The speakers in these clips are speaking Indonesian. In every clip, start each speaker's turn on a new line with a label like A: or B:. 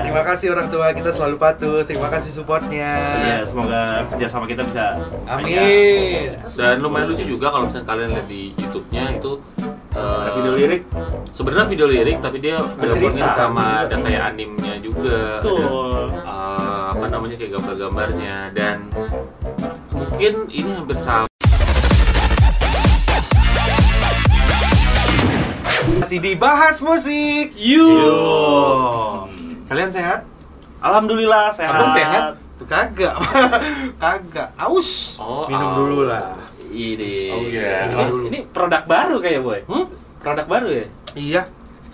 A: Ya, terima kasih orang tua kita selalu patuh. Terima kasih supportnya.
B: Iya, semoga kerjasama kita bisa
A: Amin.
C: Dan lumayan lucu juga kalau misalnya kalian lihat di YouTube-nya itu eh,
B: Ada video lirik.
C: Sebenarnya video lirik tapi dia dilakukannya
A: cerita.
C: sama ada kayak animnya juga. ada,
B: Betul.
C: eh, apa namanya kayak gambar-gambarnya dan mungkin ini hampir sama
A: Masih dibahas musik.
B: You.
A: Kalian sehat? Ah,
B: Alhamdulillah sehat.
C: Abang sehat?
A: Kagak. Kagak. Aus.
C: Oh,
A: Minum
C: aus.
A: dulu lah.
B: Ini.
C: Oh, iya.
B: Ini- Ini produk baru kayak boy.
A: Hmm?
B: Produk baru ya.
A: Iya,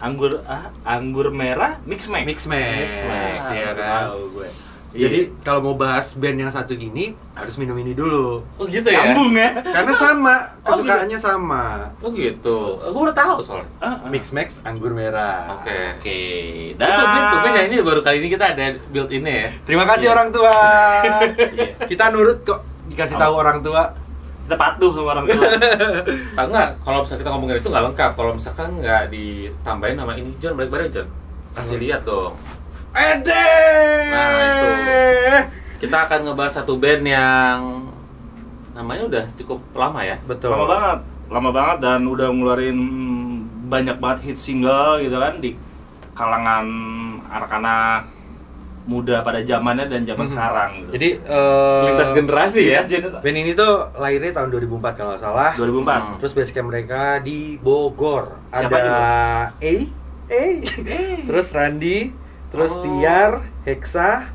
B: Anggur ah, anggur merah mix max.
A: mix mix.
B: Mix max.
A: Iya kan?
B: Tahu gue.
C: Iya.
A: Jadi kalau mau bahas band yang satu ini harus minum ini dulu.
C: Oh gitu
B: Iya.
C: ya?
B: nyambung ya.
A: Karena sama,
C: Oh,
A: kesukaannya sama.
C: Oh gitu. Gue udah tahu soalnya.
B: Ah, ah.
A: Mix Max anggur merah.
C: Oke.
B: Oke.
C: Nah,
B: dah.
C: Tumben, tumben ya ini baru kali ini kita ada build ini ya.
A: Terima kasih orang tua.
B: Iya.
A: Kita nurut kok dikasih tahu orang tua.
B: Kita patuh sama orang tua.
C: Nah, Tahu nggak? Kalau misalnya kita ngomongin itu nggak lengkap. Kalau misalkan nggak ditambahin sama ini, John balik balik John. Kasih lihat dong.
A: Ede.
C: Nah, itu.
B: Eh.
C: Kita akan ngebahas satu band yang namanya udah cukup lama ya.
A: Betul.
B: Lama banget. Lama banget dan udah ngeluarin banyak banget hit single gitu kan di kalangan anak-anak muda pada zamannya dan zaman
A: Mhm.
B: sekarang gitu. Iya
A: Jadi eh,
C: Lintas generasi ya.
B: Lintas generasi.
A: Band ini tuh lahirnya tahun 2004 kalau nggak salah.
B: 2004.
A: Terus base camp mereka di Bogor.
C: Siapa
A: Ada
C: aja,
A: A, A, terus Randi, terus
C: Oh.
A: Tiar, Hexa,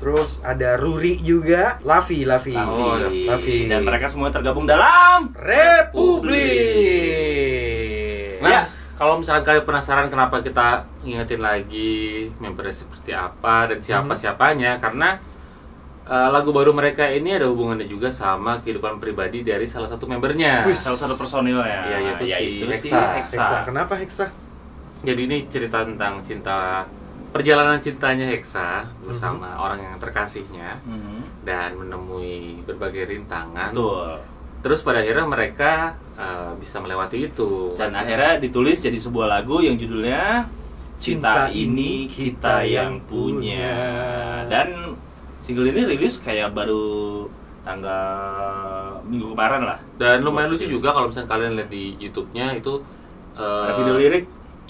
A: terus ada Ruri juga, Lavi, Lavi.
C: Oh, Lavi.
A: Lavi.
B: Dan mereka semua tergabung dalam
A: Republik.
C: Nah,
B: Ya.
C: kalau misalkan kalian penasaran kenapa kita ngingetin lagi membernya seperti apa dan
B: Hmm.
C: siapa-siapanya karena eh, lagu baru mereka ini ada hubungannya juga sama kehidupan pribadi dari salah satu membernya.
A: Wih.
B: salah satu personilnya
C: Iya, yaitu si
B: yaitu
C: Hexa.
A: Hexa, kan. kenapa Hexa?
C: Jadi ini cerita tentang cinta perjalanan cintanya Hexa
B: Hmm.
C: bersama orang yang terkasihnya
B: Mhm.
C: dan menemui berbagai rintangan.
B: Betul.
C: Terus pada akhirnya mereka eh, bisa melewati itu.
B: Dan akhirnya ditulis jadi sebuah lagu yang judulnya Cinta, ini kita yang punya. Dan single ini rilis kayak baru tanggal minggu kemarin lah.
C: Dan lumayan lucu juga kalau misalnya kalian lihat di YouTube-nya itu eh,
B: Ada video lirik.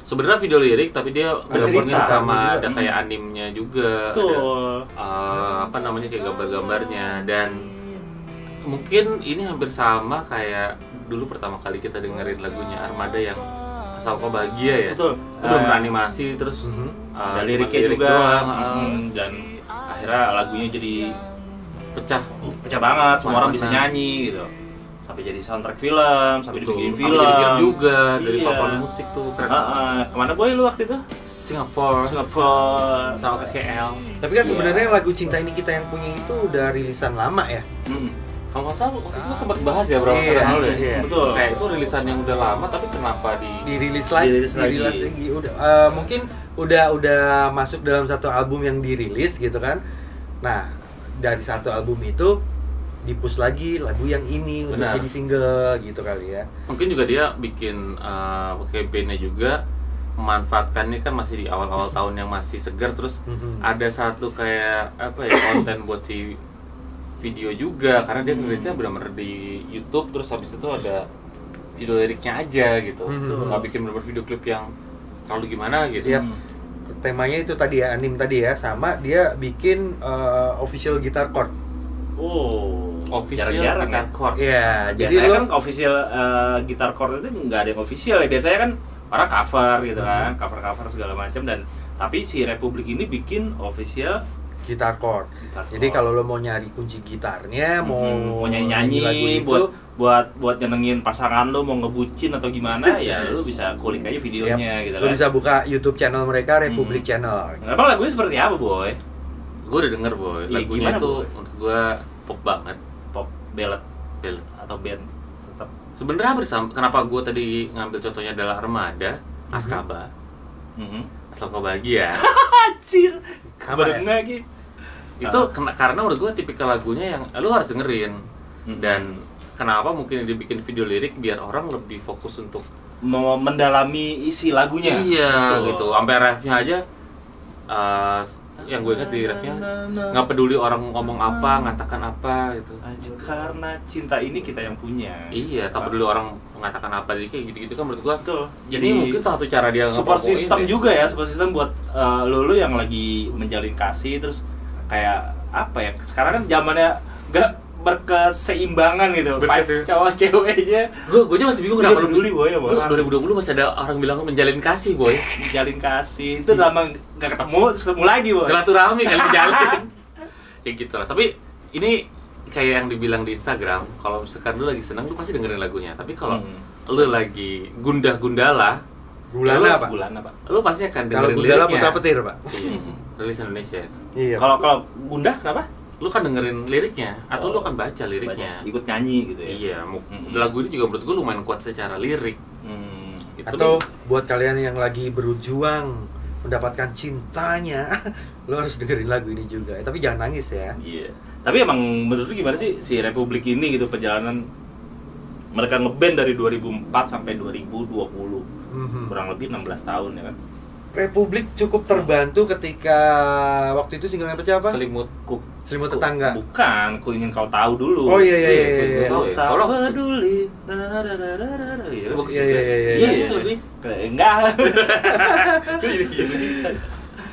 C: Sebenarnya video lirik tapi dia dilakukannya
A: cerita.
C: sama ada
A: Hmm.
C: kayak animnya juga. ada,
B: Betul.
C: eh, apa namanya kayak gambar-gambarnya dan mungkin ini hampir sama kayak dulu pertama kali kita dengerin lagunya Armada yang asal kau bahagia ya.
B: Betul.
C: Itu belum
B: Eh,
C: beranimasi terus
A: Mhm.
C: eh,
B: Ada
C: cuma
B: liriknya
C: lirik
B: juga.
C: doang,
B: Mhm.
C: eh,
B: Dan akhirnya lagunya jadi
C: pecah.
B: pecah banget. Semua orang bisa
C: Pecah.
B: nyanyi gitu. Sampai jadi soundtrack film, sampai
C: Betul.
B: dibikin
C: Sampai
B: film.
C: jadi film juga dari
B: Iya.
C: papan musik tuh keren.
B: Ah, ah. kemana boy lu waktu itu?
C: Singapore
B: Singapura.
C: sama ke KL.
A: Tapi kan sebenarnya lagu Cinta Ini Kita Yang Punya itu udah rilisan lama ya?
B: Mm-mm.
C: Kalau nggak salah waktu itu lo sempat bahas ya berapa
A: Iya,
C: saat yang lalu ya.
A: iya.
B: Betul.
C: Kayak itu rilisan yang udah lama tapi kenapa di
A: dirilis lagi
B: Dirilis lagi.
A: dirilis lagi. udah eh, mungkin udah udah masuk dalam satu album yang dirilis gitu kan nah dari satu album itu dipus lagi lagu yang ini untuk
C: Benar.
A: jadi single gitu kali ya
C: mungkin juga dia bikin uh, campaign-nya juga memanfaatkannya kan masih di awal-awal tahun yang masih segar terus
B: Hmm.
A: Mhm.
C: ada satu kayak apa ya konten buat si video juga karena
B: Hmm.
C: dia rilisnya benar-benar di YouTube terus habis itu ada video liriknya aja gitu
B: Hmm,
A: Mhm.
C: nggak bikin benar video klip yang terlalu gimana gitu
A: Yap. temanya itu tadi ya anim tadi ya sama dia bikin eh, official guitar chord
B: Oh,
C: official
B: jarang-jarang
C: guitar
B: ya.
C: chord
A: ya
B: Jadi
A: jadi
B: Biasanya
A: lo
B: kan official eh, gitar chord itu nggak ada yang official ya. Biasanya kan orang cover gitu kan,
A: Hmm.
B: cover-cover segala macam dan tapi si Republik ini bikin official
A: gitar chord
B: gitar
A: jadi kalau lo mau nyari kunci gitarnya mau
B: Oh. Hmm, mau nyanyi-nyanyi
A: lagu itu,
B: buat buat buat nyenengin pasangan lo mau ngebucin atau gimana ya lo bisa kulik aja videonya
A: yap,
B: gitu
A: lo
B: kan.
A: bisa buka YouTube channel mereka Republik
B: Mhm.
A: Channel
B: Emang lagunya seperti apa, Boy?
C: gue udah denger boy
B: Iya,
C: lagunya
B: gimana,
C: tuh
B: Boy?
C: menurut gue pop banget
B: Pop ballad
C: Bel-
B: atau band tetap
C: Sebenarnya bersama kenapa gue tadi ngambil contohnya adalah Armada,
B: Hmm.
C: Askaba,
A: Hmm.
B: Mhm.
C: asal kau bahagia.
B: Anjir,
A: Apa
B: bareng
A: ya?
B: lagi.
C: itu kena- karena menurut gue tipikal lagunya yang eh, lu harus dengerin
B: Mhm.
C: dan kenapa mungkin dibikin video lirik biar orang lebih fokus untuk
B: mau mendalami isi lagunya.
C: iya
B: Betul.
C: gitu. Sampai refnya aja eh, yang gue ingat di refnya nggak peduli orang ngomong apa ngatakan apa gitu
B: Anjir, karena cinta ini kita yang punya
C: iya tak peduli orang mengatakan apa jadi kayak gitu-gitu kan menurut gua
B: betul
C: jadi mungkin salah satu cara dia
B: support
C: ngepromoin
B: system
C: deh.
B: juga ya support system buat uh, lo lo yang lagi menjalin kasih terus kayak apa ya sekarang kan zamannya gak berkeseimbangan gitu pas
C: Berkese-
B: cowok ceweknya
C: gue gue aja masih bingung
B: Dia
C: kenapa lu
B: peduli, boy, sama
C: Lu
B: orang.
C: 2020 masih ada orang bilang menjalin kasih boy
B: menjalin kasih itu lama gak ketemu terus ketemu lagi boy
C: silaturahmi kali menjalin ya gitu lah tapi ini kayak yang dibilang di Instagram kalau misalkan lu lagi senang lu pasti dengerin lagunya tapi kalau
B: Hmm.
C: lu lagi gundah gundala
A: Gulana
C: Lalu
A: Pak.
B: bulan apa
C: lu pasti akan
A: Kalau
C: dengerin
A: Gundala
C: liriknya
A: putra petir Pak.
C: Iya, rilis Indonesia itu.
A: Iya.
B: kalau kalau gundah kenapa
C: lu kan dengerin liriknya atau
B: Oh.
C: lu akan baca
B: Baca.
C: liriknya
B: ikut nyanyi gitu ya
C: iya mu-
B: Mm-mm.
C: lagu ini juga menurut gue lumayan kuat secara lirik
B: Hmm.
C: gitu.
A: Atau buat kalian yang lagi berjuang mendapatkan cintanya, lo harus dengerin lagu ini juga. Eh, Tapi jangan nangis ya.
B: Iya. Tapi emang menurut lu gimana sih si Republik ini gitu perjalanan mereka ngeband dari 2004 sampai 2020
A: Mhm.
B: kurang lebih 16 tahun ya kan.
A: Republik cukup terbantu ketika waktu itu singlenya pecah apa?
C: selimut
B: Ku,
A: Selimut
B: ku-
A: tetangga.
B: Bukan, ku ingin kau tahu dulu.
A: Oh iya iya iya.
C: Iya,
A: iya,
C: iya,
A: iya.
C: tahu.
B: Kau
C: ya.
B: tak
C: Soalnya waktu-
B: peduli. Dadadadadadada, gitu kan.
C: bagus
A: Iya,
C: juga.
A: iya, iya,
B: Iya,
C: Iya,
B: iya,
C: itu lebih.
B: Kayak, Enggak.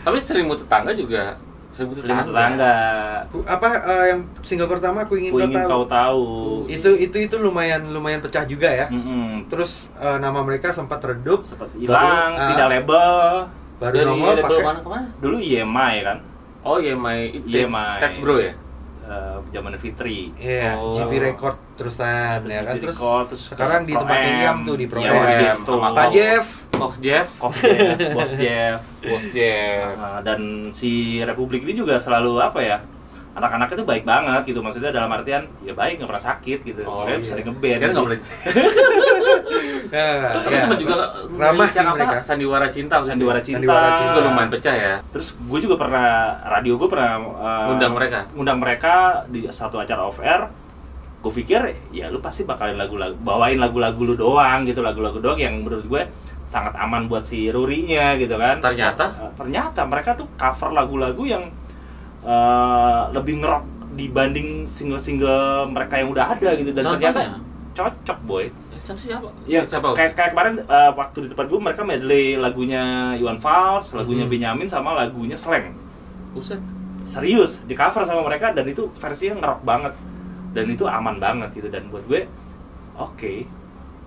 C: tapi selimut tetangga juga selimut tetangga,
B: Tetangga.
A: Ku- Apa eh, yang single pertama aku ingin
B: Ku
A: kau
B: ingin
A: tahu.
B: kau tahu.
A: Itu itu itu lumayan lumayan pecah juga ya.
B: Mm-mm.
A: Terus eh, nama mereka sempat redup,
B: Sempat hilang,
A: Baru, ah.
B: tidak label.
A: baru
C: dari
A: nongol
C: label
A: pakai
C: mana kemana
B: Dulu IMI kan.
C: oh iya my itu
B: Yemai.
C: Tex bro ya
B: eh, zaman Fitri.
A: Iya,
C: Oh.
A: GP Record terusan ya kan.
B: GP
A: Terus,
B: Record, terus
A: sekarang
B: ke
A: di tempat
B: Pro M,
A: Iriam tuh di Pro
B: Iya,
A: M.
B: di
C: Iya,
B: Sto.
C: sama
A: Pak Jeff,
C: Koch Jeff
B: Koch Jeff, Bos Jeff.
C: Bos Jeff
B: Nah, dan si Republik ini juga selalu apa ya? Anak-anak itu baik banget gitu maksudnya dalam artian ya baik nggak pernah sakit gitu.
C: Oh,
B: Mereka
C: iya.
B: bisa ngeband. gitu.
C: Kan nggak boleh
A: Nah,
C: tapi
A: iya.
C: sempat juga
A: Ramah
C: ngerilis
A: sih
C: yang apa?
A: mereka.
C: sandiwara cinta maksudnya.
B: sandiwara cinta.
A: Sandiwara Cinta.
C: itu lumayan pecah ya
B: Terus gue juga pernah radio gue pernah eh,
C: Ngundang mereka?
B: Ngundang mereka di satu acara off air. Gue pikir ya lu pasti bakalan lagu-lagu bawain lagu-lagu lu doang gitu, lagu-lagu doang yang menurut gue sangat aman buat si Rurinya gitu kan.
C: ternyata
B: Eh, ternyata mereka tuh cover lagu-lagu yang eh, lebih ngerok dibanding single-single mereka yang udah ada gitu dan
C: Contohnya?
B: ternyata cocok boy
C: Cang siapa?
B: ya
C: iya, siapa?
B: kayak, kayak kemarin eh, waktu di tempat gue mereka medley lagunya Iwan Fals lagunya
C: Hmm.
A: Mhm.
B: Benyamin sama lagunya Slang
C: Buset.
B: serius di cover sama mereka dan itu versinya ngerok banget dan itu aman banget gitu dan buat gue oke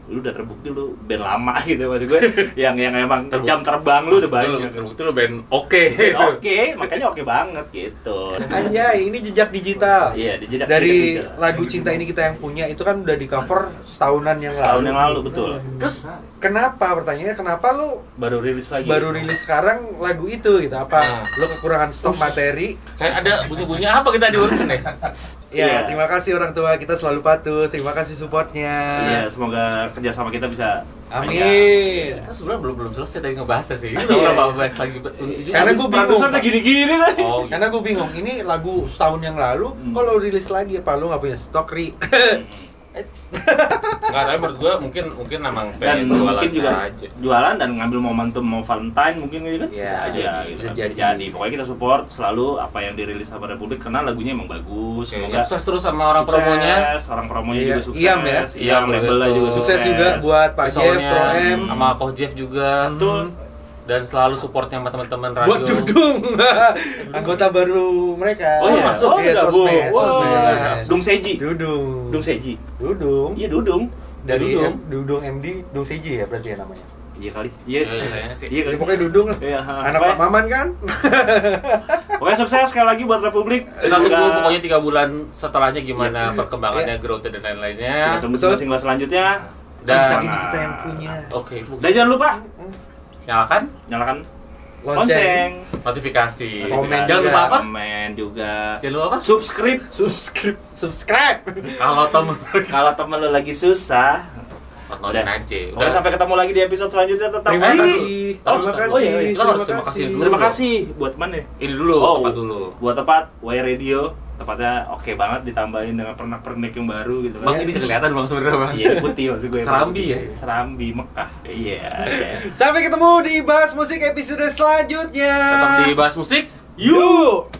B: lu udah terbukti lu band lama gitu maksud gue yang yang emang
C: Terbukti.
B: jam terbang lu udah banyak
C: Terbukti lu band oke.
B: oke makanya oke banget gitu
A: Anjay, ini jejak digital.
B: iya di jejak
A: Dari
B: jejak digital.
A: lagu Cinta Ini Kita Yang Punya itu kan udah di cover setahunan yang
B: setahun yang
A: lalu.
B: lalu betul
A: Terus kenapa pertanyaannya kenapa lu
B: baru rilis lagi Ah.
A: baru rilis sekarang lagu itu gitu? Apa lu kekurangan stok materi?
C: Kayak ada bunyi-bunyinya apa kita diurusin ya?
A: Ya,
B: Iya.
A: terima kasih orang tua kita selalu patuh. Terima kasih supportnya.
B: iya semoga kerjasama kita bisa ya.
A: Amin.
C: Kita sebenarnya belum belum selesai dari ngebahasnya sih. Ini
A: Iya.
C: udah berapa bahas lagi? Iya.
A: Karena
B: gue
A: gua
B: bingung
A: bingung,
B: udah
A: Pak.
B: gini-gini tadi
C: Oh, gitu.
A: Karena gue bingung, ini lagu setahun yang lalu,
B: Hmm.
A: kalau rilis lagi apa lu nggak punya stok ri? Eits.
C: Enggak, tapi menurut gua mungkin mungkin emang
B: dan
C: pengen jualan
B: mungkin juga
C: aja.
B: jualan dan ngambil momentum mau Valentine mungkin gitu kan
A: Iya,
B: bisa aja
C: jadi,
B: gitu
A: bisa
B: kan. Bisa
A: jadi.
B: jadi pokoknya kita support selalu apa yang dirilis sama Republik karena lagunya emang bagus
C: Oke, ya.
B: semoga
C: sukses terus sama orang promonya.
B: sukses, orang promonya
A: Iya,
B: juga sukses
A: Iam ya?
B: Iam
C: Iya,
B: labelnya juga
C: betul.
A: Sukses juga buat Pak Jeff,
C: Pisaunya,
A: Pro M,
C: sama Koh Jeff juga.
B: Betul.
C: Dan selalu supportnya sama teman-teman radio.
A: buat Dudung, anggota baru mereka.
B: Oh,
C: Oh,
B: iya.
C: masuk.
B: oh,
A: Iya,
B: gabung.
A: sosmed,
B: Wah,
A: sosmed.
B: Dung Seji.
A: Dudung.
B: Dung Seji.
A: Dudung.
B: Iya, Dudung.
A: Dari
C: Dudung.
A: Dudung. MD, Dudung CJ ya berarti ya namanya.
B: Iya kali. Iya.
C: Iya, iya, iya sih.
B: Iya
A: Ya, pokoknya Dudung lah.
B: Iya, ha.
A: Anak Pak
B: pokoknya,
A: Maman kan?
B: pokoknya sukses sekali lagi buat Republik.
C: Kita tunggu
B: Semoga-
C: pokoknya tiga bulan setelahnya gimana
A: Iya.
C: perkembangannya, growth dan lain-lainnya.
B: Kita tunggu
A: Betul.
B: single selanjutnya.
C: Dan- Oh.
A: Cinta ini kita yang punya.
C: Oke,
B: Dan jangan lupa
C: nyalakan
B: nyalakan
A: Lonceng.
B: lonceng.
C: notifikasi.
B: Iya.
A: Komen
C: Jangan
A: juga.
C: lupa apa?
B: Komen juga.
C: Jangan lupa apa?
B: Subscribe
A: Subscribe, subscribe.
C: Kalau temen
B: kalau temen lu lagi susah.
C: Tontonin aja. Eh,
B: Udah sampai ketemu lagi di episode selanjutnya tetap.
A: Terima
B: Ayo.
A: kasih. Terima
C: Oh, oh
A: kasih.
C: iya, iya. Kita harus terima kasih dulu.
B: Terima kasih buat mana?
C: ini dulu,
B: Oh.
C: tempat dulu.
B: Buat tempat Y Radio. tempatnya oke banget ditambahin dengan pernak-pernik yang baru gitu
C: Bang
B: kan.
A: Iya.
C: ini kelihatan bang sebenarnya bang.
B: Iya putih maksud gue.
C: Serambi ya?
B: Serambi Mekah. Iya. oke.
A: Sampai ketemu di Bahas Musik episode selanjutnya.
C: Tetap di bahas musik.
A: Yuk!